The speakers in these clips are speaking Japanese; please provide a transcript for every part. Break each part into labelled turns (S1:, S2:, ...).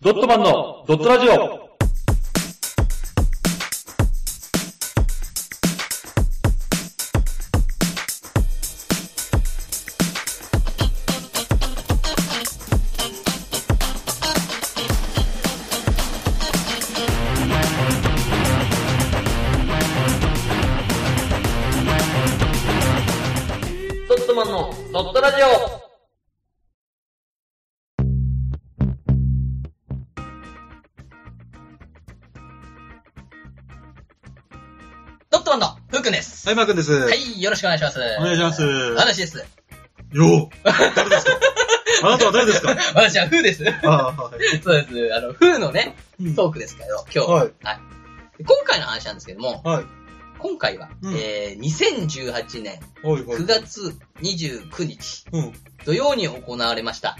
S1: ドットマンのドットラジオ
S2: ドットマンのドットラジオドットマンのふうくんです。
S3: はい、マー君です。
S2: はい、よろしくお願いします。
S3: お願いします。
S2: 私です。
S3: よー誰ですかあなたは誰で すか
S2: 私はふうです。
S3: あーはい。
S2: そうです。あの、ふうのね、
S3: うん
S2: トークですけど、今日。
S3: はい
S2: で今回の話なんですけども、
S3: はい。
S2: 今回は、
S3: うん
S2: えー、2018年
S3: はい、はい
S2: 9。月29日、
S3: うん。
S2: 土曜に行われました、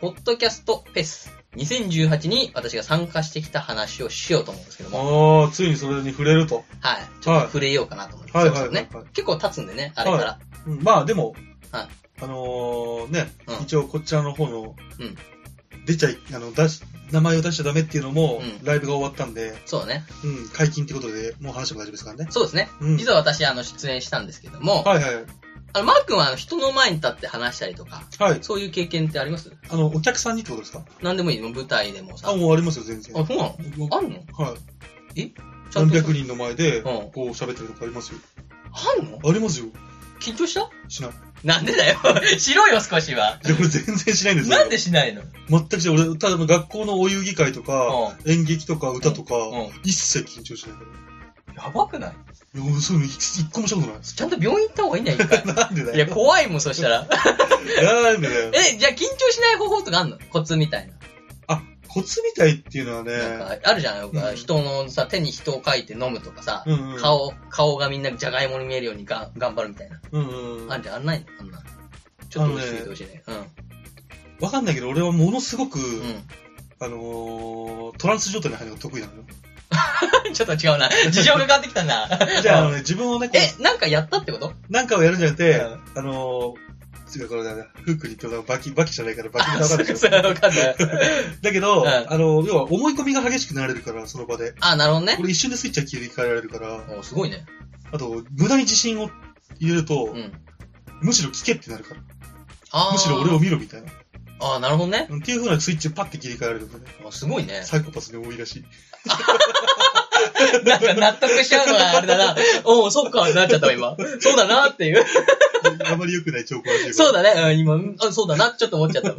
S2: ポッドキャストフェス2018に私が参加してきた話をしようと思うんですけども、
S3: ああ、ついにそれに触れると。
S2: はい。ちょっと触れようかなと思います。
S3: はいはい
S2: そろそろね
S3: はいはい
S2: 結構経つんでね、あれから。
S3: うん、まあ、でも、
S2: はい
S3: あのー、ね、
S2: うん
S3: 一応こちらの方の、
S2: うん
S3: 出ちゃい、あの、出し、名前を出しちゃダメっていうのも、
S2: うん
S3: ライブが終わったんで、
S2: そうね。
S3: うん、解禁ってことで、もう話しても大丈夫ですからね。
S2: そうですね。
S3: うん。
S2: 実は私、あの、出演したんですけども、
S3: はいはい。
S2: あの、マー君は、あの、人の前に立って話したりとか、
S3: はい。
S2: そういう経験ってあります
S3: あの、お客さんにってことですか
S2: 何でもいいの舞台でもさ。
S3: あ、もうありますよ、全然。
S2: あ、そうなの
S3: 僕
S2: あるの
S3: はい。
S2: ちゃん
S3: 何
S2: と。
S3: 百人の前で、
S2: うん
S3: こう喋ってるとかありますよ。
S2: あんの
S3: ありますよ。
S2: 緊張した
S3: しない。
S2: なんでだよ。 しろよ、少しは。
S3: いや、俺全然しないんですよ。
S2: なんでしないの
S3: 全くしない。俺、ただ学校のお遊戯会とか、
S2: う
S3: 演劇とか歌とか、
S2: ん。うん。
S3: 一切緊張しないか
S2: やばくない
S3: ら。いや、俺そういうの一一個もしたことない。
S2: ちゃんと病院行った方がいいんじゃない一回
S3: なんでだ
S2: いや、
S3: よ。
S2: 怖いもん、そしたら。
S3: なんでだよ。
S2: え、じゃあ緊張しない方法とかあんのコツみたいな。
S3: あ、コツみたいっていうのは
S2: な
S3: ね、
S2: んか、あるじゃん。よく
S3: うん
S2: 人のさ、手に人を描いて飲むとかさ、
S3: うんうん
S2: 顔、顔がみんなじゃがいもに見えるようにが頑張るみたいな。
S3: うんうんうん。
S2: あ
S3: わ
S2: んじゃん、あんないのあんな。ちょっと教えてほしいね。
S3: かんないけど、俺はものすごく、
S2: うん。
S3: あのー、トランス状態に入るのが得意なのよ。
S2: うん。ちょっと違うな。事情が変わってきたな。
S3: じゃあ、あのね、自分をね、こ
S2: え、なんかやったってこと
S3: う、なんかをやるんじゃなくて、
S2: う
S3: あのー、違う、これだね、フックに言ってもバキ、バキじゃないから、バキ
S2: あ、
S3: が
S2: そ
S3: 当
S2: うか
S3: たるでし
S2: そ
S3: ょ
S2: う。かわかんない。
S3: だけど、
S2: うん
S3: あの、要は思い込みが激しくなれるから、その場で。
S2: あ、なるほどね。
S3: これ一瞬でスイッチは切り替えられるから、
S2: おすごいね。
S3: あと、無駄に自信を入れると、
S2: うん。
S3: むしろ聞けってなるから。
S2: あー
S3: むしろ俺を見ろみたいな。
S2: あー、なるほどね。
S3: っていう風なスイッチをパッて切り替えられるからね。
S2: あすごいね。
S3: サイコパスで多いらし い。
S2: なんか納得しちゃうのがあれだな。おうそっか、なっちゃったわ、今。そうだなっていう。
S3: あまり良くない兆候らしい。
S2: そう
S3: だ。
S2: だね、うん、今、うんあそうだな、ちょっと思っちゃった。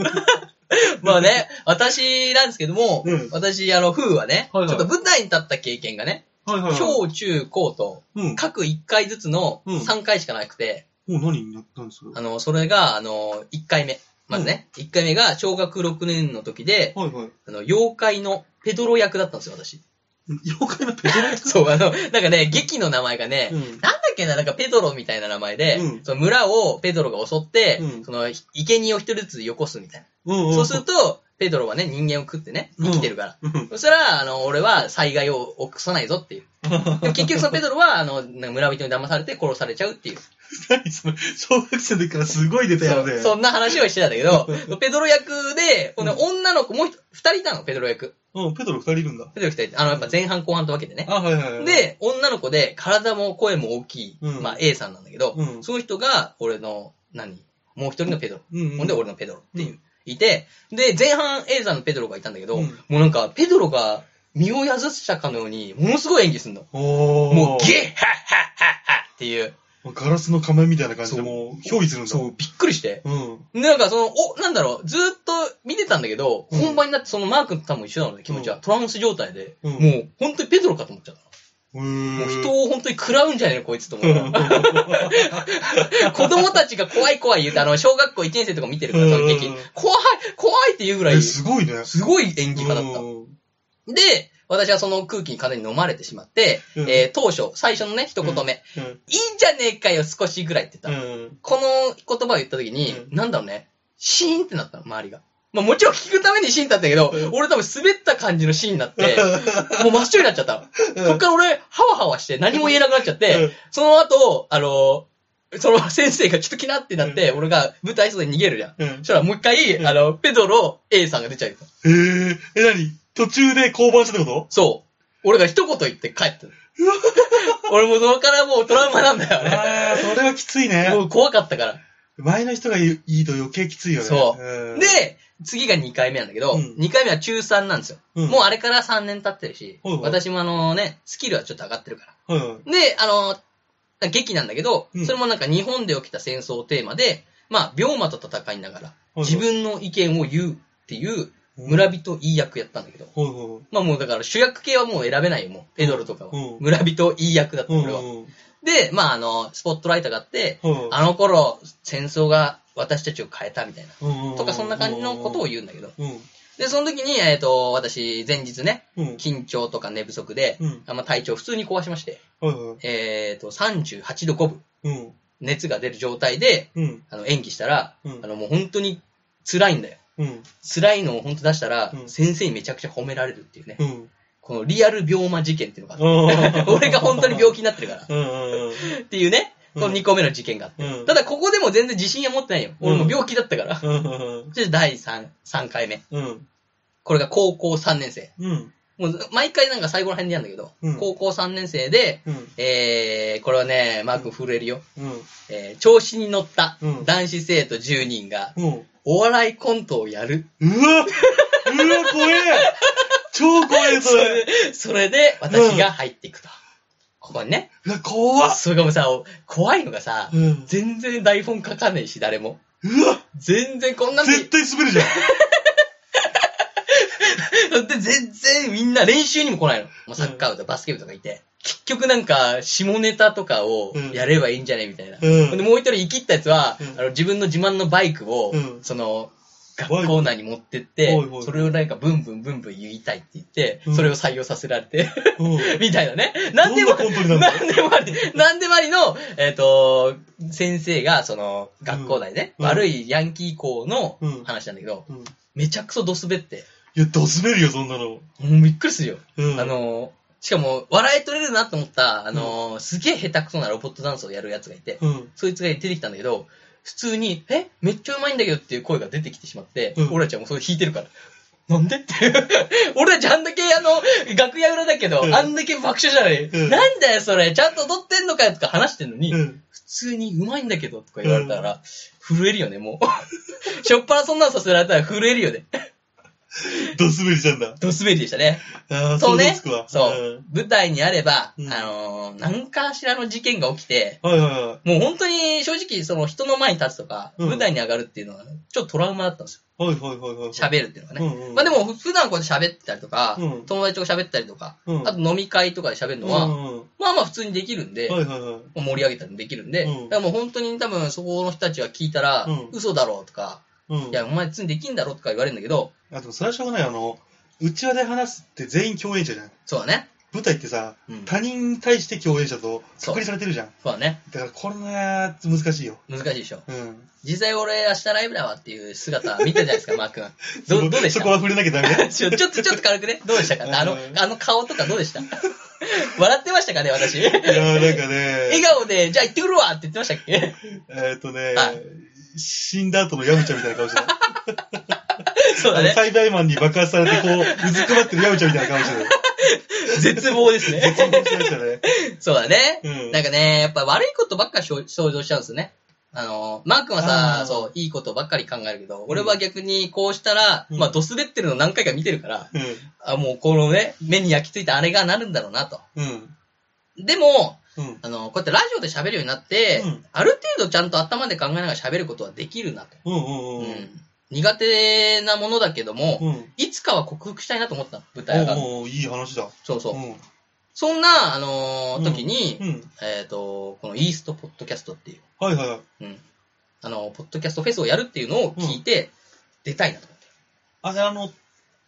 S2: まあね、私なんですけども、
S3: うん
S2: 私、あの、風はね、
S3: はいはい
S2: ちょっと舞台に立った経験がね、
S3: はいはい、はい。
S2: 小、中、高と、
S3: うん。
S2: 各1回ずつの
S3: うん
S2: 3回しかなくて、
S3: もう何になったんですか
S2: あの、それが、あの、1回目。まずね、1回目が小学6年の時で、
S3: はいはい。
S2: あの、妖怪のペドロ役だったんですよ、私。
S3: 妖怪のペドロ役
S2: そう、あの、なんかね、劇の名前がね、
S3: うん。
S2: なんだっけな、なんかペドロみたいな名前で、
S3: うん
S2: その村をペドロが襲って、
S3: うん
S2: その、生贄を一人ずつよこすみたいな。
S3: うん、うん。
S2: そうすると、ペドロはね、人間を食ってね、生きてるから。
S3: うん。
S2: そしたら、あの、俺は災害を起こさないぞっていう。でも結局そのペドロは、あの、なんか村人に騙されて殺されちゃうっていう。
S3: 何その、小学生の時からすごい出たよね。
S2: そそんな話をしてたんだけ ど、ペドロ役で、ほんで
S3: うん
S2: 女の子、もう一二人いたの、ペドロ役。
S3: うん、ペドロ二人いるんだ。
S2: ペドロ二人、あの、やっぱ前半後半と分けてね。
S3: あ、はいはいはい。、
S2: で、女の子で、体も声も大きい、
S3: うん
S2: まあ A さんなんだけど、
S3: うん
S2: その人が、俺の、何もう一人のペドロ。
S3: うん、うん。
S2: ほんで、俺のペドロっていう、いて、で、前半 A さんのペドロがいたんだけど、
S3: うん
S2: もうなんか、ペドロが身をやずしたかのように、ものすごい演技すんの。
S3: おー。
S2: もう、ゲッハッハッハッハッっていう、
S3: ガラスの仮面みたいな感じで
S2: そう
S3: もう、憑依するんだ。
S2: そう、びっくりして。
S3: うん。
S2: でなんかその、お、なんだろう、ずーっと見てたんだけど、
S3: うん
S2: 本番になってそのマー君と多分一緒なので、気持ちは。
S3: うん
S2: トランス状態で、
S3: うん
S2: もう、本当にペドロかと思っちゃった。も
S3: も
S2: う人を本当に食らうんじゃないの、こいつと思った。子供たちが怖い怖い言うて、あの、小学校1年生とか見てるから、その劇
S3: うん。
S2: 怖い、怖いって言うぐらい、
S3: え、
S2: す
S3: すごいね。
S2: ごい演技家だっ
S3: うん
S2: た。で、私はその空気に風に飲まれてしまって、
S3: うん
S2: えー当初、最初のね、一言目、いいんじゃねえかよ、少しぐらいって
S3: う
S2: 言った。
S3: ん。
S2: この言葉を言った時に、
S3: う
S2: なんだろうね、シーンってなったの、周りが。まあもちろん聞くためにシーンだったけど、
S3: うん
S2: 俺多分滑った感じのシーンになって、もう真っ白になっちゃったの。
S3: うん
S2: そっから俺、ハワハワして何も言えなくなっちゃって、
S3: うん
S2: その後、あの、その先生がちょっとキラってなって、俺が舞台袖に逃げるじゃん。
S3: うん
S2: そ。したらもう一回、
S3: うん
S2: あの、ペドロ A さんが出ちゃう。
S3: えー、え、なに途中で降板したってこと
S2: そう。俺が一言言って帰 ったの。俺もうそこからもうトラウマなんだよね。
S3: ああ、それはきついね。
S2: もう怖かったから。
S3: 前の人がいいと余計きついよね。
S2: そ
S3: うん。
S2: で、次が2回目なんだけど、
S3: うん
S2: 2回目は中3なんですよ。
S3: うん、
S2: もうあれから3年経ってるし、
S3: はいはい
S2: 私もあのね、スキルはちょっと上がってるから。
S3: うん、はいはい
S2: で、あの、劇なんだけど、
S3: うん
S2: それもなんか日本で起きた戦争をテーマで、まあ、病魔と戦いながら、自分の意見を言うっていう、村人いい役やったんだけど、
S3: ほうほ
S2: まあもうだから主役系はもう選べないよ、もう。ペドロとかは。
S3: うん
S2: 村人いい役だった、
S3: う。うん
S2: 俺は。
S3: うん。
S2: で、まああの、スポットライトがあって、
S3: ほう
S2: あの頃、戦争が私たちを変えたみたいな。
S3: うん
S2: とか、そんな感じのことを言うんだけど。
S3: うん。
S2: で、その時に、えっ、と、私、前日ね、
S3: うん。
S2: 緊張とか寝不足で、
S3: うん。
S2: あんま体調普通に壊しまして、
S3: はいはい。
S2: えっ、と、38度5分、
S3: うん。
S2: 熱が出る状態で、
S3: うん。
S2: あの、演技したら、
S3: うん
S2: あの、もう本当に辛いんだよ。
S3: うん。
S2: 辛いのを本当出したら、
S3: うん
S2: 先生にめちゃくちゃ褒められるっていうね。
S3: うん。
S2: このリアル病魔事件っていうのがあっ
S3: うん
S2: て、俺が本当に病気になってるから。
S3: うんうんうん。
S2: っていうね、
S3: う
S2: こ
S3: ん
S2: の2個目の事件があって。
S3: うん
S2: ただ、ここでも全然自信は持ってないよ。俺も病気だったから。
S3: うんうん
S2: そして第 3, 3回目。
S3: うん。
S2: これが高校3年生。
S3: うん。
S2: もう、毎回なんか最後ら辺でやるんだけど、
S3: うん
S2: 高校3年生で、
S3: うん。
S2: えー、これはね、マーク震えるよ。
S3: うん。
S2: えー、調子に乗った
S3: うん
S2: 男子生徒10人が、
S3: うん。
S2: お笑いコントをやる。
S3: うわうわ、怖え超怖え、そ
S2: そ
S3: れ。
S2: れそれで、私が入っていくと。ここにね。
S3: うわ、怖っ
S2: それがもうさ、怖いのがさ、
S3: うん。
S2: 全然台本書かねえし、誰も。
S3: うわ
S2: 全然こんなの
S3: 絶対滑るじゃん。
S2: で、全然みんな練習にも来ないの。もうサッカー部とかバスケ部とかいて。結局なんか、下ネタとかを
S3: うん
S2: やればいいんじゃないみたいな。
S3: うん
S2: で、もう一人生きったやつは、
S3: うん
S2: あの自分の自慢のバイクを、
S3: うん
S2: その、学校内に持ってって
S3: おいおいお、い
S2: それをなんかブンブンブンブン言いたいって言って
S3: うん、
S2: それを採用させられて、
S3: うん。
S2: みたいなね。なんでも、
S3: どんなコントになるの
S2: なんでもあり、なんでもありの、えっ、と、先生が、その、学校内ね、
S3: うん
S2: 悪いヤンキー校の
S3: うん
S2: 話なんだけど、
S3: うん。
S2: めちゃくそドスベって、
S3: いや、ど滑るよ、そんなの。
S2: もうびっくりするよ。
S3: うん。
S2: あ、の、しかも、笑い取れるなと思った、あの、すげえ下手くそなロボットダンスをやるやつがいて、
S3: うん。
S2: そいつが出てきたんだけど、普通に、えめっちゃうまいんだけどっていう声が出てきてしまって、
S3: うん
S2: 俺たちはもうそれ弾いてるから。なんで っていう。俺たちあんだけあの、楽屋裏だけど、
S3: うん
S2: あんだけ爆笑じゃない、
S3: うん
S2: なんだよそれ、ちゃんと踊ってんのかよとか話してんのに、
S3: うん。
S2: 普通にうまいんだけどとか言われたら、震えるよね、もう。 しょっぱなそんなのさせられたら震えるよね。
S3: ど滑りじゃんだ。
S2: ドスベリでしたね。
S3: ああ、
S2: そう
S3: 想像
S2: ね。
S3: つくわ
S2: そう。舞台にあれば、
S3: うん
S2: あのー、何かしらの事件が起きて、
S3: うん。はいはいはい。
S2: もう本当に正直、その人の前に立つとか、
S3: うん
S2: 舞台に上がるっていうのは、ちょっとトラウマだったんですよ。
S3: はいはいはいはい。
S2: 喋るっていうのがね。
S3: うんうん
S2: まあでも、普段こうやって喋ったりとか、
S3: うん
S2: 友達と喋ったりとか、
S3: うん
S2: あと飲み会とかで喋るのは、
S3: うんうん
S2: まあまあ普通にできるんで、
S3: はいはいはい。
S2: 盛り上げたりもできるんで、
S3: うん
S2: だからもう本当に多分そこの人たちは聞いたら、
S3: うん
S2: 嘘だろうとか、
S3: うん。
S2: いや、お前普通にできんだろうとか言われるんだけど、
S3: あでもそれはしょうがない。あの、内輪で話すって全員共演者じゃん。
S2: そうだね。
S3: 舞台ってさ、
S2: うん。
S3: 他人に対して共演者と
S2: そう
S3: 隔離されてるじゃん。
S2: そうだね。
S3: だからこれのやつ難しいよ。
S2: 難しいでしょ。
S3: うん。
S2: 実際俺明日ライブだわっていう姿見たじゃないですか、マー君。どどうでし
S3: そ
S2: た。
S3: こは触れなきゃダメだ
S2: ちょちょっと、ちょっと軽くね。どうでしたかあの
S3: う、ん
S2: あの顔とかどうでした笑ってましたかね、私。
S3: いやーなんか
S2: 笑
S3: ね、
S2: 顔で、じゃあ行ってくるわって言ってましたっけ
S3: えーっとね
S2: は、
S3: 死んだ後のヤムチャみたいな顔してた。
S2: そうだ
S3: あの
S2: ね。
S3: 最大マンに爆発されて、こう、うずくまってるヤムチャみたいな顔 してた。
S2: 絶望ですね。
S3: 絶望してましたね。
S2: そうだね。
S3: うん
S2: なんかね、やっぱ悪いことばっかり想想像しちゃうんですよね。あの、マー君は
S3: あ
S2: さ
S3: ー、
S2: そう、いいことばっかり考えるけど、俺は逆にこうしたら、
S3: うん
S2: まあ、ドスベってるの何回か見てるから、
S3: うん。
S2: あ、もうこのね、目に焼き付いたあれがなるんだろうなと。
S3: うん。
S2: でも、
S3: うん。
S2: あの、こうやってラジオで喋るようになって、
S3: うん
S2: ある程度ちゃんと頭で考えながら喋ることはできるなと。
S3: うんうんうん。
S2: うん苦手なものだけども、
S3: うん。
S2: いつかは克服したいなと思ったの、舞台上がる。
S3: おうおういい話だ。
S2: そうそう。
S3: ん。
S2: そんな、あのー
S3: うん
S2: 時に、
S3: うん。
S2: えっ、と、このイーストポッドキャストっていう、
S3: はいはいはい。
S2: うんあの、ポッドキャストフェスをやるっていうのを聞いて、出たいなと
S3: あれ、あの、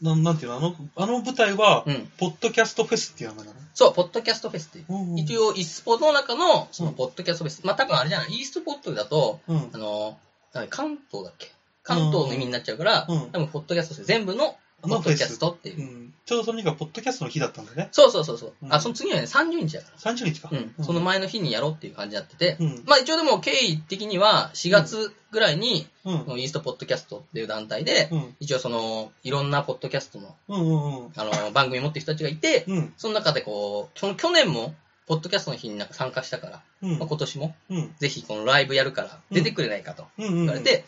S3: なんなんていうの、あの、あの舞台は、
S2: 思って。うん。
S3: ポッドキャストフェスっていう名前なの
S2: そう、ポッドキャストフェスっていう。
S3: うん
S2: 一応、イスポの中の、そうの、
S3: ん
S2: ポッドキャストフェス。まあ、多分あれじゃない、イーストポッドだと、
S3: うん。
S2: あのー、なんだ関東だっけ関東の意味になっちゃうから、
S3: うん
S2: 多分、ポッドキャストフェス全部のポッドキャストっていう
S3: う。ん。ちょうどその日がポッドキャストの日だったんだね。
S2: そうそうそうそう。
S3: う
S2: あ、
S3: ん
S2: その次はね、30日だか。
S3: 30日から
S2: うん。その。前の日にやろうっていう感じになってて。
S3: うん。
S2: まあ一応でも経緯的には4月ぐらいに、
S3: うん。
S2: このイーストポッドキャストっていう団体で、
S3: うん。
S2: 一応その、いろんなポッドキャストの、
S3: うん。うん。
S2: あの、番組持ってる人たちがいて、
S3: うん。
S2: その中でこう、その去年も、ポッドキャストの日になんか参加したから、
S3: うん。
S2: まあ、今年も、
S3: うん。
S2: ぜひこのライブやるから、
S3: うん
S2: 出てくれないかと
S3: うん。
S2: 言われて、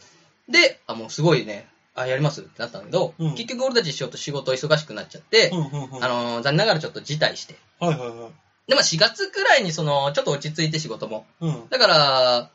S2: で、あ、もうすごいね、あ、やりますってなったんだけど、
S3: うん
S2: 結局俺たちちょっと仕事忙しくなっちゃって、
S3: うん。うん。うん。
S2: あのー残念ながらちょっと辞退して。
S3: はいはいはい。
S2: で、まあ4月くらいにその、ちょっと落ち着いて仕事も。
S3: うん。
S2: だから、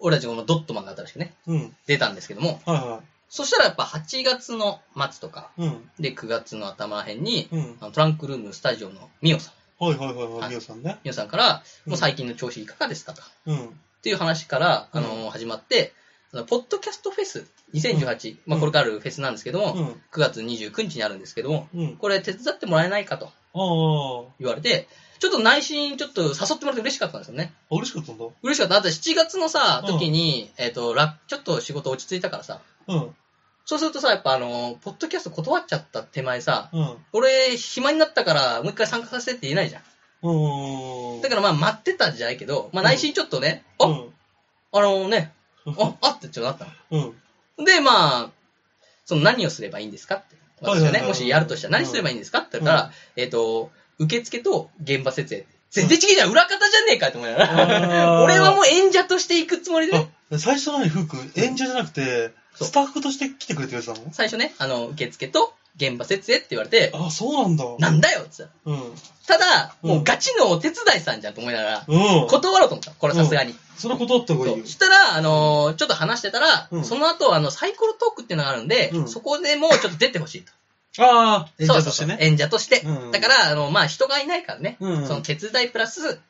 S2: 俺たちこのドットマンが新しくね、
S3: うん。
S2: 出たんですけども、
S3: はいは
S2: そしたらやっぱ8月の末とか、
S3: い。うん。で
S2: で、9月の頭ら辺に、
S3: うん。
S2: あのトランクルームスタジオのミオさん、
S3: はいはいはいは。
S2: はいい
S3: みおさんね。
S2: ミオさんから、
S3: うん
S2: もう最近の調子いかがですかと。
S3: うん。
S2: っていう話から、
S3: うん
S2: あの始まって、あのポッドキャストフェス2018、まあ、これからあるフェスなんですけども、
S3: うん。
S2: 9月29日にあるんですけども、
S3: うん。
S2: これ手伝ってもらえないかと
S3: ああ。
S2: 言われて、ちょっと内心ちょっと誘ってもらって嬉しかったんですよね。
S3: 嬉しかったんだ。
S2: 嬉しかった。あと7月のさ、
S3: うん
S2: 時に、えっ、と、らちょっと仕事落ち着いたからさ、
S3: うん。
S2: そうするとさ、やっぱあの、ポッドキャスト断っちゃった手前さ、
S3: うん。
S2: 俺、暇になったから、もう一回参加させてって言えないじゃん。
S3: うん。
S2: だからまあ、待ってたんじゃないけど、まあ、内心ちょっとね、
S3: う
S2: あ、
S3: ん。
S2: あのね、あ、あってちょっとなったの。
S3: うん。
S2: で、まあ、その何をすればいいんですかって。
S3: はい
S2: 私
S3: はいは
S2: はいね、もしやるとしたら何すればいいんですかって言ったら、えっ、と、受付と現場設営。全然違うじゃん、裏方じゃねえかって思いなが
S3: あー
S2: ら。俺はもう演者として行くつもりでね、
S3: あ、最初なのに、ふうくん、演者じゃなくて、
S2: そう
S3: スタッフとして来てくれてるやつなの
S2: 最初ね、あの、受付と現場設営って言われて、
S3: あ、そうなんだ。
S2: なんだよって言っ
S3: うん。
S2: たら。ただ、
S3: うん
S2: もうガチのお手伝いさんじゃんと思いながら、
S3: うん。
S2: 断ろうと思った。これはさすがに。
S3: それ断った方がいい
S2: そ
S3: よ
S2: う。したら、あのーちょっと話してたら、
S3: うん
S2: その後、あの、サイコロトークっていうのがあるんで、
S3: うん
S2: そこでもうちょっと出てほしいと。
S3: ああ、演者として
S2: そうそうそう
S3: ね。
S2: 演者として。
S3: うん
S2: だから、あの、まあ、人がいないからね、
S3: うん
S2: その手伝いプラス、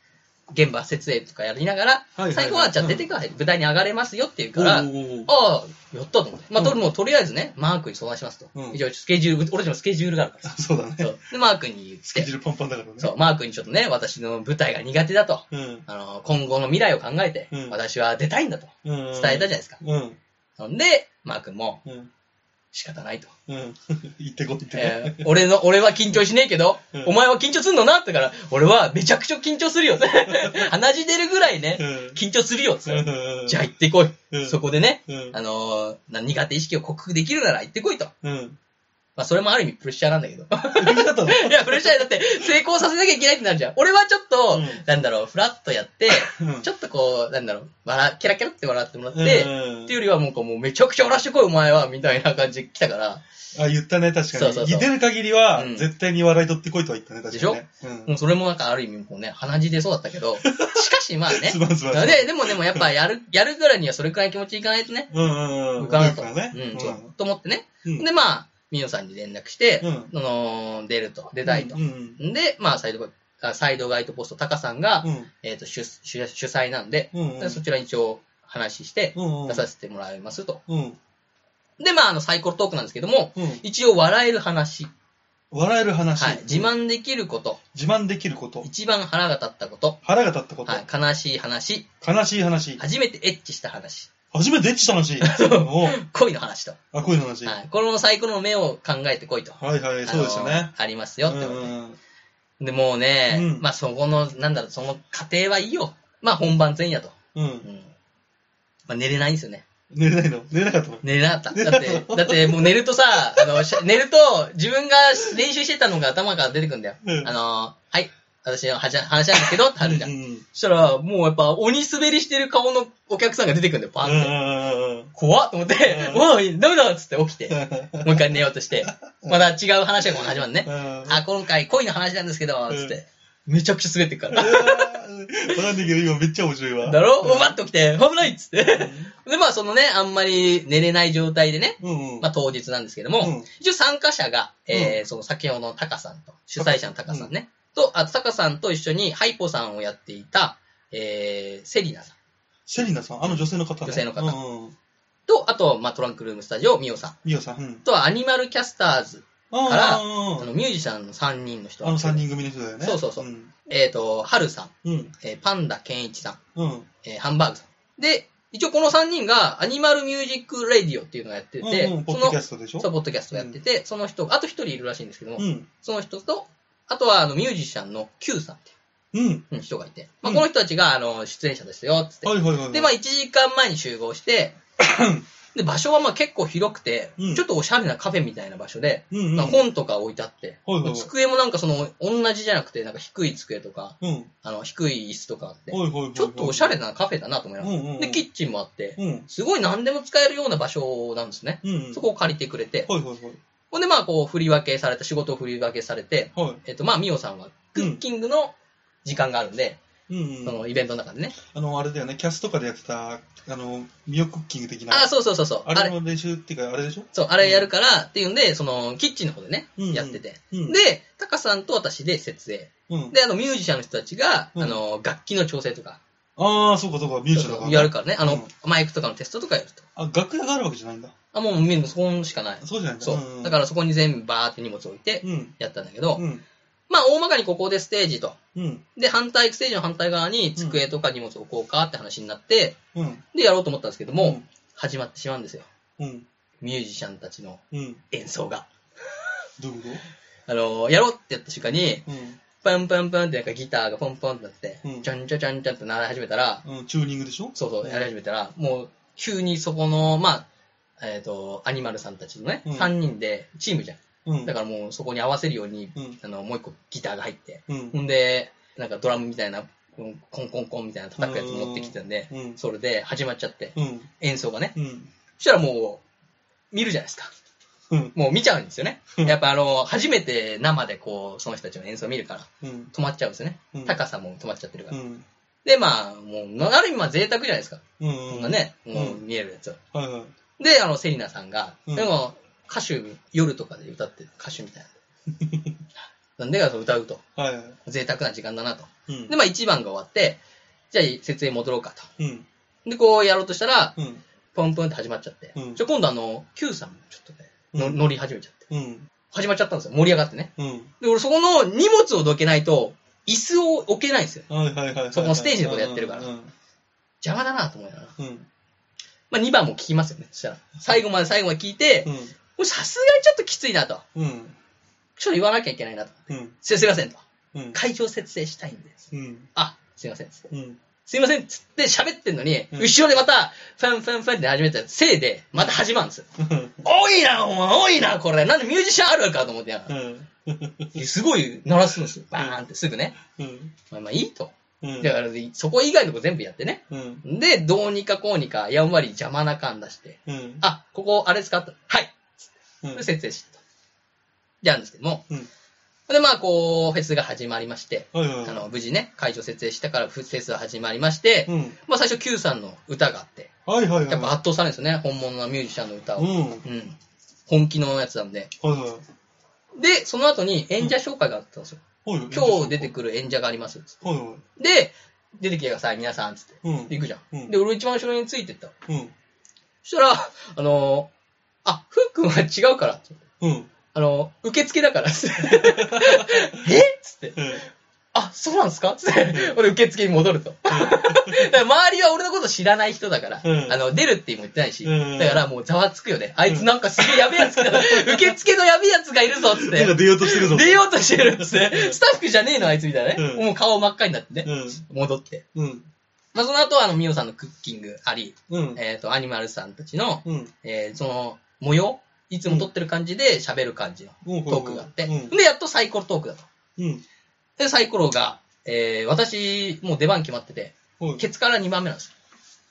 S2: 現場設営とかやりながら、
S3: はいはいはい
S2: 最後は、じゃあ出てください、舞台に上がれますよっていうから、
S3: お
S2: あ
S3: ーおー
S2: あ、やったと思って。まあ、
S3: うん
S2: ともうとりあえずね、マー君に相談しますと。
S3: うん
S2: 一応、スケジュール、俺たちもスケジュール があるから。
S3: そうだね。
S2: そうで、マー君に言っ
S3: スケ
S2: て、
S3: ジュールパンパンだからね。
S2: そう、マー君にちょっとね、私の舞台が苦手だと。
S3: うん。
S2: あの、今後の未来を考えて、
S3: うん
S2: 私は出たいんだと。
S3: うん。
S2: 伝えたじゃないですか。
S3: うん。
S2: ほんで、マー君も、
S3: うん。
S2: 仕方 ないと。
S3: うん。行ってこいってね。
S2: えー俺の、俺は緊張しねえけど、
S3: うん
S2: お前は緊張すんのなって言うから、俺はめちゃくちゃ緊張する よ。鼻血出るぐらいね、
S3: うん
S2: 緊張するよ。
S3: うん。
S2: じゃあ行ってこい。
S3: うん
S2: そこでね、
S3: うん。
S2: あのーな苦手意識を克服できるなら行ってこいと。
S3: うん。
S2: まあそれもある意味プレッシャーなんだけど。
S3: 嬉しかった の
S2: いや、プレッシャーだって成功させなきゃいけないってなるじゃん。俺はちょっと、
S3: うん
S2: なんだろう、フラッとやって、
S3: うん
S2: ちょっとこう、なんだろう、笑、キラキラって笑ってもらって、
S3: うん
S2: っていうよりはもうこう、もうめちゃくちゃ笑してこいお前は、みたいな感じで来たから、
S3: あ、言ったね、確かに。
S2: そうそうそう
S3: 出る限りは
S2: う、ん
S3: 絶対に笑い取ってこいとは言ったね、確かにね。う
S2: も
S3: ん
S2: うそれもなんかある意味こうね、鼻血出そうだったけ ど、しかしまあね
S3: す。まんすまんすまん
S2: で、でもでもやっぱやる、やるぐらいにはそれくらい気持ちいかないとね、
S3: うんうんうん。
S2: 浮かないと。
S3: だ
S2: う
S3: からね
S2: ん、そうと思ってね。
S3: うん。
S2: で、まあ、みよさんに連絡して、
S3: うん
S2: その、出ると、出たいと
S3: うん。うん
S2: で、まあ、サイド、あサイドガイドポスト、タカさんが
S3: う、ん。
S2: えっと、主主主催なんで、
S3: うんうん。
S2: でそちらに一応話して、
S3: うんうん
S2: 出させてもらいますと。
S3: うん。
S2: で、まあ、あの、サイコロトークなんですけども、
S3: うん。
S2: 一応笑える話、
S3: 笑える話。
S2: はい、自。慢できること、
S3: 自慢できること。
S2: 一番腹が立ったこと、
S3: 腹が立ったこと。
S2: はい、悲しい話、
S3: 悲しい話。
S2: 初めてエッチした話、
S3: 初めてエッチした 話。おう
S2: 恋の話と。
S3: あ、こういう話。は
S2: はい、このサイコロの目を考えて恋と。
S3: いはい、そうでした
S2: あ
S3: ね
S2: の。あります
S3: う
S2: よってことで。
S3: ん
S2: で、もうね、
S3: うん
S2: まあそこの、なんだろう、その過程はいいよ。まあ本番前夜と。
S3: うんう。
S2: うんん。まあ寝れないんですよね。
S3: 寝れないの寝れなかったの
S2: 寝れなかっ
S3: 寝
S2: た。
S3: れ
S2: だ
S3: な
S2: っ
S3: か
S2: て、
S3: った
S2: だってもう寝るとさ、あの、しゃ寝ると自分が練習してたのが頭から出てくんだよ。
S3: うん
S2: あの、はい、私の話話なんだけどってあるじゃん。
S3: うんうん
S2: そしたら、もうやっぱ鬼滑りしてる顔のお客さんが出てくんだよ、パーンって。
S3: うん
S2: 怖っと思って、
S3: うん
S2: わあ、ダメだっつって起きて。
S3: う
S2: もう一回寝ようとして、まだ違う話が始まる ね。
S3: んうん。
S2: あ、今回恋の話なんですけど、つっ
S3: うん
S2: て。めちゃくちゃ滑ってくか
S3: うわ
S2: ら。
S3: ーわかんないけど、今めっちゃ面白いわ。
S2: だろ
S3: うん
S2: うわっと来て、危ないっつって。で、まあそのね、あんまり寝れない状態でね、
S3: うんうん。
S2: まあ当日なんですけども、
S3: うん
S2: 一応参加者が、えー、その先ほどのタカさんと、主催者のタカさんね、と、あとタカさんと一緒にハイポさんをやっていた、えー、セリナさん
S3: セリナさん、あの女性の方ね
S2: 女性の方
S3: うんうん。
S2: と、あと、まあトランクルームスタジオ、ミオさん。
S3: ミオさん。うん
S2: あとはアニマルキャスターズ、
S3: あー
S2: から
S3: うん
S2: あのミュージシャンの3人の人。
S3: あの3。人組の人だよね。。
S2: そうそうそうんえっ、ー、と、ハルさん、
S3: うん。
S2: えーパンダケンイチさん、
S3: うん。
S2: えーハンバーグさん。で、一応この3人がアニマルミュージック・レディオっていうのをやって
S3: うん
S2: て、
S3: うん、ポ
S2: そ
S3: ッドキャ
S2: の、
S3: ストでしょ
S2: そう、ポッドキャストをやってて、その人、あと一人いるらしいんですけども、
S3: うん。
S2: その人と、あとはあのミュージシャンの Q さんって
S3: うん。
S2: いう人がいて、まあ、
S3: うん
S2: この人たちがあの出演者ですよ、つって。
S3: はいはいはいはい。
S2: で、まあ1時間前に集合 して、で、場所はまあ結構広くて、
S3: うん
S2: ちょっとおしゃれなカフェみたいな場所で、
S3: うんうん。
S2: まあ本とか置いてあって、
S3: はいはいはい
S2: 机もなんかその、同じじゃなくて、なんか低い机とか、
S3: うん。はい
S2: あの、低い椅子とかあって、
S3: はいはいはい。
S2: ちょっとおしゃれなカフェだなと思いながら、
S3: うんうんうん
S2: で、キッチンもあって、
S3: うん。
S2: すごい何でも使えるような場所なんですね。
S3: うん。
S2: そこを借りてくれて、
S3: はいはいはい。
S2: ほんでまあこう振り分けされた、仕事を振り分けされて、
S3: は
S2: えっとまあミオさんはクッキングの時間があるんで、
S3: い。うん
S2: そ
S3: うん。
S2: のイベントの中でね。
S3: あの、あれだよね、キャスとかでやってた、あの、ミオクッキング的な。
S2: ああ、そうそうそうそう。あ
S3: あれ
S2: れ、
S3: の練習っていうか、あれでしょ
S2: そう、あれやるからっていうんで、そのキッチンの方でね、
S3: うんうん
S2: やってて。
S3: うん。
S2: で、タカさんと私で設営。
S3: うん。
S2: で、あのミュージシャンの人たちが、
S3: うん
S2: あの楽器の調整とか、
S3: ああ、そうかそうか、ミュージシャンだから。
S2: やるからね、あの、
S3: うん
S2: マイクとかのテストとかやると。
S3: あ、楽屋があるわけじゃないんだ。
S2: あ、もう見るそこしかない。
S3: そうじゃないんだ。
S2: そう。だ
S3: から
S2: からそこに全部バーって荷物置いて、
S3: うん。
S2: やったんだけど、
S3: うん。
S2: まあ大まかにここでステージと。
S3: うん。
S2: で、反対、ステージの反対側に机とか荷物置こうかって話になって、
S3: うん。
S2: で、やろうと思ったんですけども、
S3: うん
S2: 始まってしまうんですよ。
S3: うん。
S2: ミュージシャンたちの
S3: うん。
S2: 演奏が。
S3: どういうこ
S2: あのーやろうってやった瞬間に、
S3: とうん。
S2: パンパンパンってなんかギターがポンポンってなって、
S3: うん
S2: ちゃんちゃちゃんちゃんって鳴り始めたら、
S3: うん、チューニングでしょ
S2: そうそうう、
S3: ん
S2: やり始めたら、もう、急にそこの、まあ、えっ、と、アニマルさんたちのね、
S3: うん
S2: 3人でチームじゃん。
S3: うん。
S2: だからもうそこに合わせるように、
S3: うん。
S2: あの、もう一個ギターが入って、
S3: うん
S2: ほ。んで、なんかドラムみたいな、うんコンコンコンみたいな叩くやつ持ってきてたんで、
S3: うん。
S2: それで始まっちゃって、
S3: うん。
S2: 演奏がね。
S3: うん。
S2: そしたらもう、見るじゃないですか。
S3: うん。
S2: もう見ちゃうんですよね。
S3: うん
S2: やっぱあの、初めて生でこう、その人たちの演奏見るから、
S3: うん。
S2: 止まっちゃうんですよね。
S3: うん。
S2: 高さも止まっちゃってるか
S3: う
S2: ら。
S3: ん。
S2: で、まあ、もう、ある意味まあ贅沢じゃないですか。
S3: うん。
S2: こんな。ね、
S3: ん
S2: もう
S3: うん
S2: 見えるやつは。
S3: はいはい。
S2: で、あの、セリナさんが、
S3: うん
S2: でも、歌手、夜とかで歌ってる歌手みたい な。なんでかと歌うと。
S3: はいはい。
S2: 贅沢な時間だなと。
S3: うん
S2: で、。まあ1番が終わって、じゃあ設営戻ろうかと。
S3: うん。
S2: で、こうやろうとしたら、
S3: うん。
S2: ポンポンって始まっちゃって。
S3: うん
S2: じゃあ今度あの、Q さんもちょっとね、の
S3: うん
S2: 乗り始めちゃって。
S3: うん。
S2: 始まっちゃったんですよ。盛り上がってね。
S3: うん。
S2: で、俺そこの荷物をどけないと、椅子を置けないんですよ。
S3: はいはいはい。
S2: そこのステージのことやってるから
S3: うん。
S2: 邪魔だなと思いながら。
S3: うん。
S2: まあ2番も聞きますよね。そしたら。最後まで最後まで聞いて、
S3: う
S2: も
S3: ん。
S2: うさすがにちょっときついなと。
S3: うん。
S2: ちょっと言わなきゃいけないなと。
S3: うん。
S2: すいませんと。
S3: うん。
S2: 会場設営したいんです。
S3: うん。
S2: あ、すいませんっつって。
S3: うん。
S2: すいませんっつって喋ってんのに、
S3: うん
S2: 後ろでまた、ファンファンファンって始めたせいで、また始まるんですよ。
S3: うん。
S2: 多いな、お前、多いな、これ。なんでミュージシャンあるかと思ってや
S3: う、ん。
S2: すごい鳴らすんですよ。バーンってすぐね。
S3: うん。
S2: まあまあいいと。
S3: うん。
S2: だから、そこ以外のとこ全部やってね。
S3: うん。
S2: で、どうにかこうにか、やんわり邪魔な感出して、
S3: うん。
S2: あ、ここ、あれ使った。はい。
S3: うん
S2: で、設営した。じゃあんですけども。
S3: うん
S2: で、まあ、こう、フェスが始まりまして、
S3: はいはいはい。
S2: あの、無事ね、会場設営したから、フェスが始まりまして、
S3: うん。
S2: まあ、最初 Q さんの歌があって、
S3: はいはいはい。
S2: やっぱ圧倒されるんですよね、本物のミュージシャンの歌を。
S3: う。
S2: うんん。
S3: はいはい。
S2: 本気のやつなんで。で、その後に演者紹介があったんですよ。
S3: はいはい。
S2: 今日出てくる演者があります。つって
S3: はいはい。
S2: で、出てきてください、皆さん、つって。
S3: うん。
S2: で行くじゃ。
S3: うんん
S2: で、俺一番後ろについてったの。
S3: うん。
S2: そしたら、あのーあ、ふっくんは違うから。
S3: うん。
S2: あのー受付だ から。つってえっつって。
S3: うん。
S2: あ、そうなんですかつって。俺受付に戻ると。だから周りは俺のこと知らない人だから、
S3: うん
S2: あの、出るっても言ってないし、
S3: うん
S2: だからもうざわつくよね。あいつなんかすげえやべえやつ 来た。受付のやべえやつがいるぞっつっ
S3: なんか
S2: て。
S3: 出ようとしてるぞ。
S2: 出ようとしてるっつって。スタッフじゃねえのあいつみたいなね。
S3: うん
S2: もう顔真っ赤になってね。
S3: う
S2: 戻って。
S3: ん。うん。
S2: まあ、その後はあの、ミオさんのクッキングあり、
S3: うん。
S2: えっ、と、アニマルさんたちの
S3: うん。
S2: えーその模様いつも撮ってる感じで喋る感じの
S3: うん
S2: トークがあって、
S3: うん
S2: で、やっとサイコロトークだと。
S3: うん。
S2: で、サイコロが、えー私、もう出番決まってて、
S3: はい。
S2: ケツから2番目なんです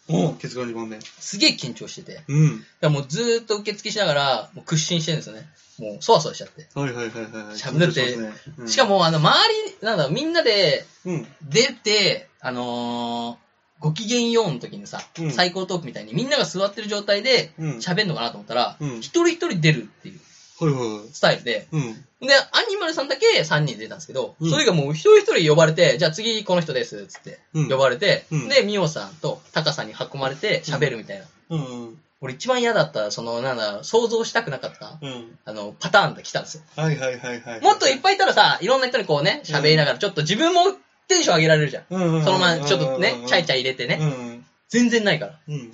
S2: よ。
S3: おう、結論2番目。
S2: すげえ緊張してて、だか
S3: うん。
S2: らもうずーっと受付しながら、もう屈伸してるんですよね。もう、そわそわしちゃって。
S3: はいはいはいはい。
S2: しゃべって
S3: 緊張ますねうん
S2: しかも、あの、周り、なんだろう、みんなで
S3: うん。
S2: 出て、あのーご機嫌ようの時にさ、
S3: うん
S2: サイコロトークみたいにみんなが座ってる状態で
S3: うん。はい
S2: 喋るのかなと思ったら、
S3: うん
S2: 一人一人出るっていう
S3: はいはい。
S2: スタイルで、
S3: うん。
S2: で、アニマルさんだけ3人出たんですけど、
S3: うん
S2: それがもう一人一人呼ばれて、じゃあ次この人です、つって、
S3: うん
S2: 呼ばれて、
S3: うん
S2: で、ミオさんとタカさんに囲まれて喋るみたいな。
S3: うん。
S2: 俺一番嫌だった、その、なんだ、想像したくなかった、
S3: うん。
S2: あの、パターンが来たんですよ。
S3: はいはいはいはい。
S2: もっといっぱいいたらさ、いろんな人にこうね、喋りながら、ちょっと自分もテンション上げられるじゃん。
S3: うんうんうんうんうんうんうんう
S2: そ
S3: ん。
S2: のままちょっとね、チャイチ
S3: ャ
S2: ャイ入れて
S3: イ
S2: ね。
S3: ね。
S2: 全然ないから。
S3: うん。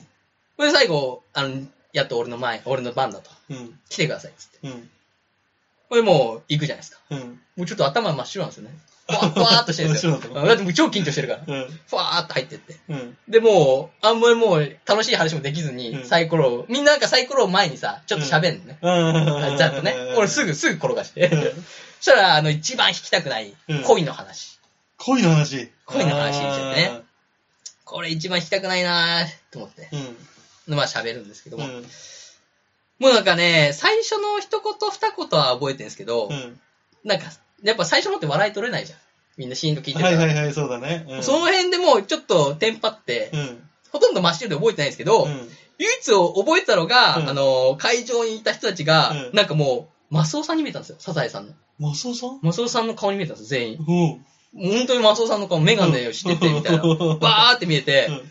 S2: これで最後、あの、やっと俺の前、俺の番だと。
S3: うん。
S2: 来てください、つって。
S3: うん。
S2: これもう、行くじゃないですか。
S3: うん。
S2: もうちょっと頭真っ白なん ですよね。ふわふわーっとしてるんですよ。
S3: 真っ白だ
S2: うんだってもう超緊張してるから。
S3: うん。
S2: ふわーっと入ってって。
S3: うん。
S2: で、もう、あんまりもう、楽しい話もできずに、
S3: うん
S2: サイコロを、みんななんかサイコロを前にさ、ちょっと喋んのね。
S3: うん。
S2: ざっとね。俺す
S3: ぐ。
S2: ぐ、すぐ転がして。そしたら、あの、一番引きたくない
S3: うん、
S2: 恋の話。
S3: 恋の話。
S2: 恋の話しちゃってねこれ一番引きたくないなーと思って。
S3: あー。
S2: まあ喋るんですけど
S3: う
S2: も。
S3: ん。うん。
S2: もうなんかね、最初の一言二言は覚えてるんですけど、
S3: うん
S2: なんか、やっぱ最初のって笑い取れないじゃん。みんなシーンと聞いてるか
S3: はい
S2: ら。
S3: はいはい、そうだね。うん
S2: その辺でもうちょっとテンパって、
S3: うん。
S2: ほとんど真っ白で覚えてないんですけど、
S3: うん。
S2: 唯一を覚えたのが、
S3: うん
S2: あの、会場にいた人たちが、
S3: うん
S2: なんかもう、マスオさんに見えたんですよ、サザエさんの。
S3: マスオさん
S2: マスオさんの顔に見えたんですよ、全員。
S3: おう。
S2: 本当にマスオさんの顔、メガネをして て、みたいな。バーって見えて、
S3: う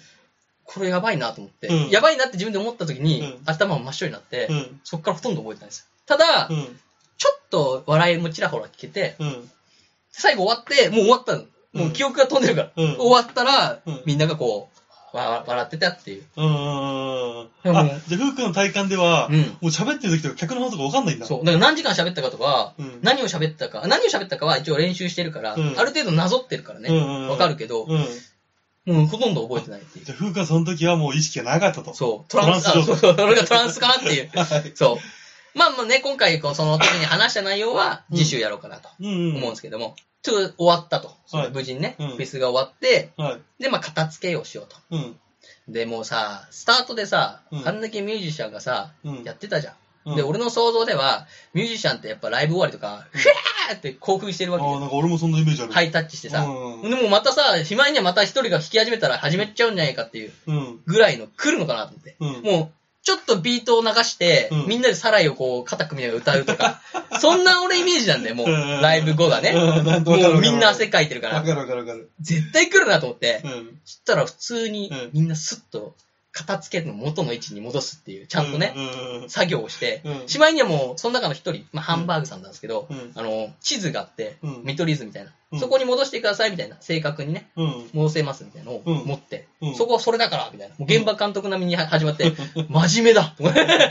S2: これやばいなと思って、
S3: うん
S2: やばいなって自分で思った時に、
S3: うん
S2: 頭も真っ白になって、
S3: ん。うん。
S2: そっからほとんど覚えてないんですよ。ただ、
S3: うん。
S2: ちょっと笑いもちらほら聞けて、
S3: うん。
S2: 最後終わって、もう終わったの。もう記憶が飛んでるから。
S3: うん
S2: 終わったら、
S3: うん
S2: みんながこう、わ笑ってたっていう。
S3: うんうんうん
S2: で
S3: うん。
S2: も
S3: あ、じゃあ、ふうくんの体感では
S2: う、ん。
S3: もう喋ってる時とか客の方とかわかんないんだ。
S2: そう。だから何時間喋ったかとか、
S3: うん。
S2: 何を喋ったか、何を喋ったかは一応練習してるから、
S3: うん
S2: ある程度なぞってるからね、
S3: うん
S2: わ、
S3: うんうん
S2: かるけど、
S3: うん。
S2: もうほとんど覚えてないっていう。
S3: じゃあ、ふうくんはその時はもう意識がなかったと。
S2: そう、トランス、
S3: トランス。
S2: あ、そう、それがトランスかなっていう
S3: はい。
S2: そう。まあまあね、今回こうその時に話した内容は次週やろうかなと
S3: うんうん。
S2: 思うんですけども、ちょっと終わったと。そ
S3: はい
S2: の無事にね、
S3: うん
S2: フェスが終わって、
S3: はい。
S2: で、まあ片付けをしようと。
S3: うん。
S2: で、もうさ、スタートでさ
S3: う、ん
S2: あんだけミュージシャンがさ、
S3: うん。
S2: やってたじゃん。
S3: うん
S2: で、俺の想像では、ミュージシャンってやっぱライブ終わりとか、ふわーって興奮してる
S3: あ
S2: わけ
S3: あ、
S2: よ。
S3: なんか俺もそんなイメージある。
S2: ハ
S3: い。
S2: イタッチして
S3: う
S2: さ。
S3: ん
S2: でもまたさ、しまいにはまた一人が弾き始めたら始めちゃうんじゃないかっていう
S3: うん。
S2: ぐらいの来るのかなと思って。
S3: うん。
S2: もう、ちょっとビートを流して、
S3: うん
S2: みんなでサライをこう、肩組みながら歌うと か、そんな俺イメージなんだよ、もう、
S3: うん
S2: ライブ後がね。
S3: うんなんと
S2: も
S3: わかるわかる
S2: うみんな汗かいてるか、
S3: わからるわかるわかる。
S2: 絶対来るなと思って、
S3: うん。
S2: そしたら普通に
S3: うん
S2: みんなスッと、片付けの元の位置に戻すっていう、ちゃんとね、
S3: う
S2: 作業をして、
S3: ん。うん。
S2: しまいにはもう、その中の一人、まあ、ハンバーグさんなんですけど、
S3: うん
S2: あの、地図があって、
S3: うん
S2: 見取り図みたいな、
S3: うん
S2: そこに戻してくださいみたいな、正確にね、
S3: うん。
S2: 戻せますみたいなのを持って、
S3: うんうん
S2: そこはそれだからみたいな。もう現場監督並みに始まって、 真面目だライ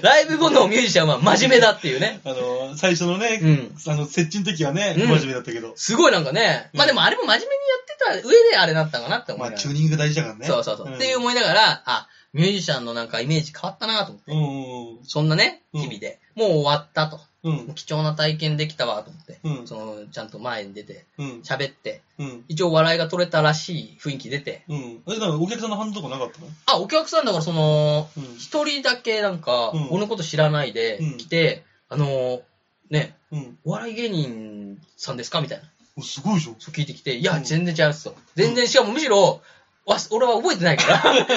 S2: ライブ後のミュージシャンは真面目だっていうね。
S3: あの、最初のね
S2: う、ん。
S3: あの、接近の時はね、
S2: うん
S3: 真面目だったけど。
S2: すごいなんかね、まあでもあれも真面目にやってた上であれだったのかなって思
S3: ま
S2: い
S3: あ、
S2: なが
S3: チ
S2: ら
S3: ューニングが大事だからね。
S2: そうそうそう。
S3: ん
S2: っていう思いながら、あ、ミュージシャンのなんかイメージ変わったなと思って。
S3: うん。
S2: そんなね、
S3: うん
S2: 日々で。もう終わったと。
S3: うん。
S2: 貴重な体験できたわと思って。
S3: うん。
S2: その、ちゃんと前に出て、
S3: うん。
S2: 喋って、
S3: うん。
S2: 一応笑いが取れたらしい雰囲気出て、
S3: うん。え、だからお客さんの反応とかなかったの
S2: あ、お客さんだからその、
S3: うん。
S2: 一人だけなんか
S3: うん、
S2: 俺のこと知らないで
S3: うん
S2: 来て、あのーね、
S3: うん。
S2: お笑い芸人さんですかみたいな。
S3: おすごいでしょ。
S2: そう聞いてきて、いや
S3: う、ん
S2: 全然違いますと。全然、しかもむしろ、わ俺は覚えてない か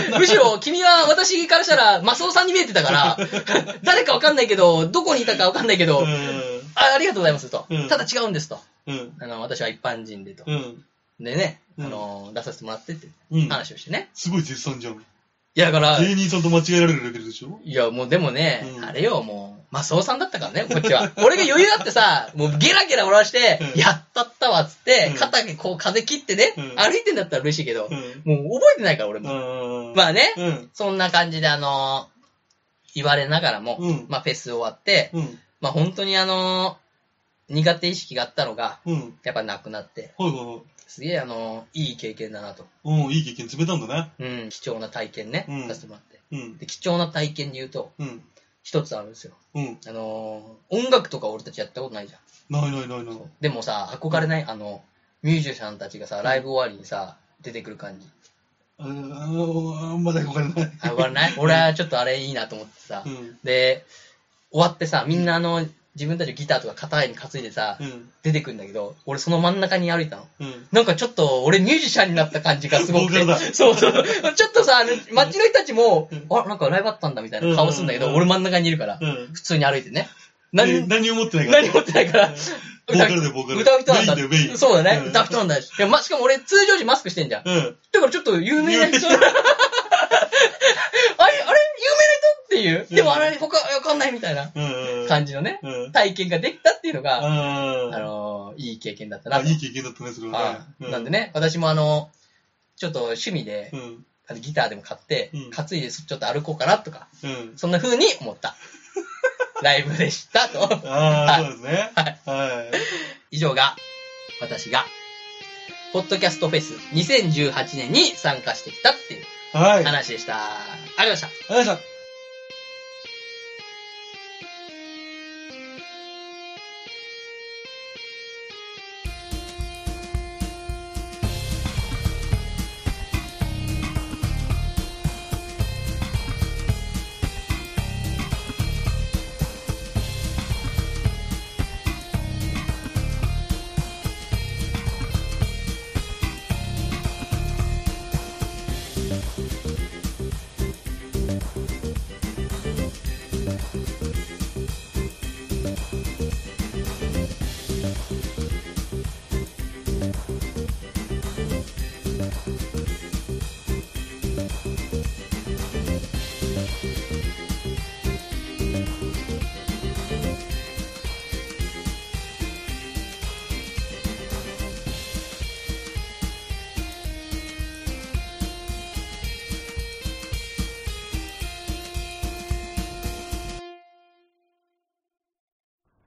S2: ら。むしろ、君は私からしたら、マスオさんに見えてたから、誰かわかんないけど、どこにいたかわかんないけど、
S3: う
S2: あありがとうございますと
S3: うん。
S2: ただ違うんですと。
S3: ん。うん。
S2: あの、私は一般人でと。
S3: うん。
S2: でね、
S3: うん
S2: あのー、出させてもらってって
S3: うん。
S2: 話をしてね。
S3: すごい絶賛じゃん。
S2: いや、だから、
S3: 芸人さんと間違えられるレベルでしょ
S2: いや、もうでもね、
S3: うん
S2: あれよ、もう、マスオさんだったからね、こっちは。 俺が余裕あってさ、もうゲラゲラ笑わして、
S3: うん
S2: やったったわ、つって、
S3: うん
S2: 肩にこう風切ってね、
S3: うん
S2: 歩いてんだったら嬉しいけど、
S3: うん。
S2: もう覚えてないから、俺も。
S3: うん。
S2: まあね、
S3: うん。
S2: そんな感じで、あのー言われながらも、
S3: うん
S2: まあフェス終わって、
S3: うん。
S2: まあ本当にあのー苦手意識があったのが、
S3: うん。
S2: やっぱなくなって、
S3: はいは
S2: すげえあのーいい経験だなと。
S3: いはい。うん、いい経験積めたんだね。
S2: うん、貴重な体験ね、
S3: うん
S2: させてもらって。
S3: うん。
S2: で、貴重な体験で言うと、
S3: うん。
S2: 一つあるんですよ。
S3: うん。
S2: あのー音楽とか俺たちやったことないじゃん。
S3: ないないないない。
S2: でもさ、憧れないあの、ミュージシャンたちがさ、ライブ終わりにさ、出てくる感じ。
S3: あーあんまだ 憧れない。
S2: 憧れない俺はちょっとあれいいなと思ってさ
S3: う。ん。
S2: で、終わってさ、みんなあの、自分たちのギターとか肩に担いでさ
S3: う、ん。
S2: 出てくるんだけど、俺その真ん中に歩いたの。
S3: うん。
S2: なんかちょっと俺ミュージシャンになった感じがすごくて
S3: ボーカル だ。
S2: そうそう。ちょっとさ、あの街の人たちも
S3: うん、
S2: あ、なんかライブあったんだみたいな顔するんだけど、
S3: うん
S2: 俺真ん中にいるから、
S3: うん。
S2: 普通に歩いてね。
S3: 何
S2: 何、
S3: 何を持ってないから。
S2: 何持ってないから、
S3: ボーカルでボーカルで。
S2: 歌う人なんだ。
S3: メインでメイン。
S2: そうだね。
S3: ん
S2: 歌う人なんだし。いや、ま、しかも俺、通常時マスクしてんじゃん。
S3: うん。
S2: だからちょっと有名な人。 あれ、あれ、有名な人っていう。でもあれ、他、わかんないみたいな
S3: うん。
S2: 感じのね、
S3: うん。うん。
S2: 体験ができたっていうのが、あ
S3: あ
S2: のー、いい経験だったなと。
S3: いい経験だったね、それはね
S2: あ。ーなんで
S3: ね。
S2: ね、私もあの、ちょっと趣味で
S3: う、ん。
S2: あのギターでも買って
S3: うん、
S2: 担いでちょっと歩こうかなとか、
S3: うん。
S2: そんな風に思 った。ライブでした、と。
S3: ああ、
S2: は
S3: そうですね。はい。
S2: 以上が、私が、ポッドキャストフェス2018年に参加してきたっていう
S3: はい。ありがとう
S2: 話でした。ありがとうございました。
S3: ございました。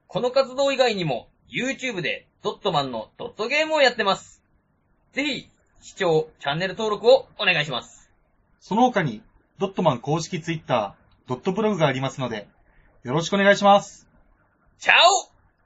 S4: この活動以外にも、YouTube でドットマンのドットゲームをやってます。ぜひ、視聴、チャンネル登録をお願いします。
S5: その他に、ドットマン公式ツイッター、ドットブログがありますので、よろしくお願いします。
S4: チャオ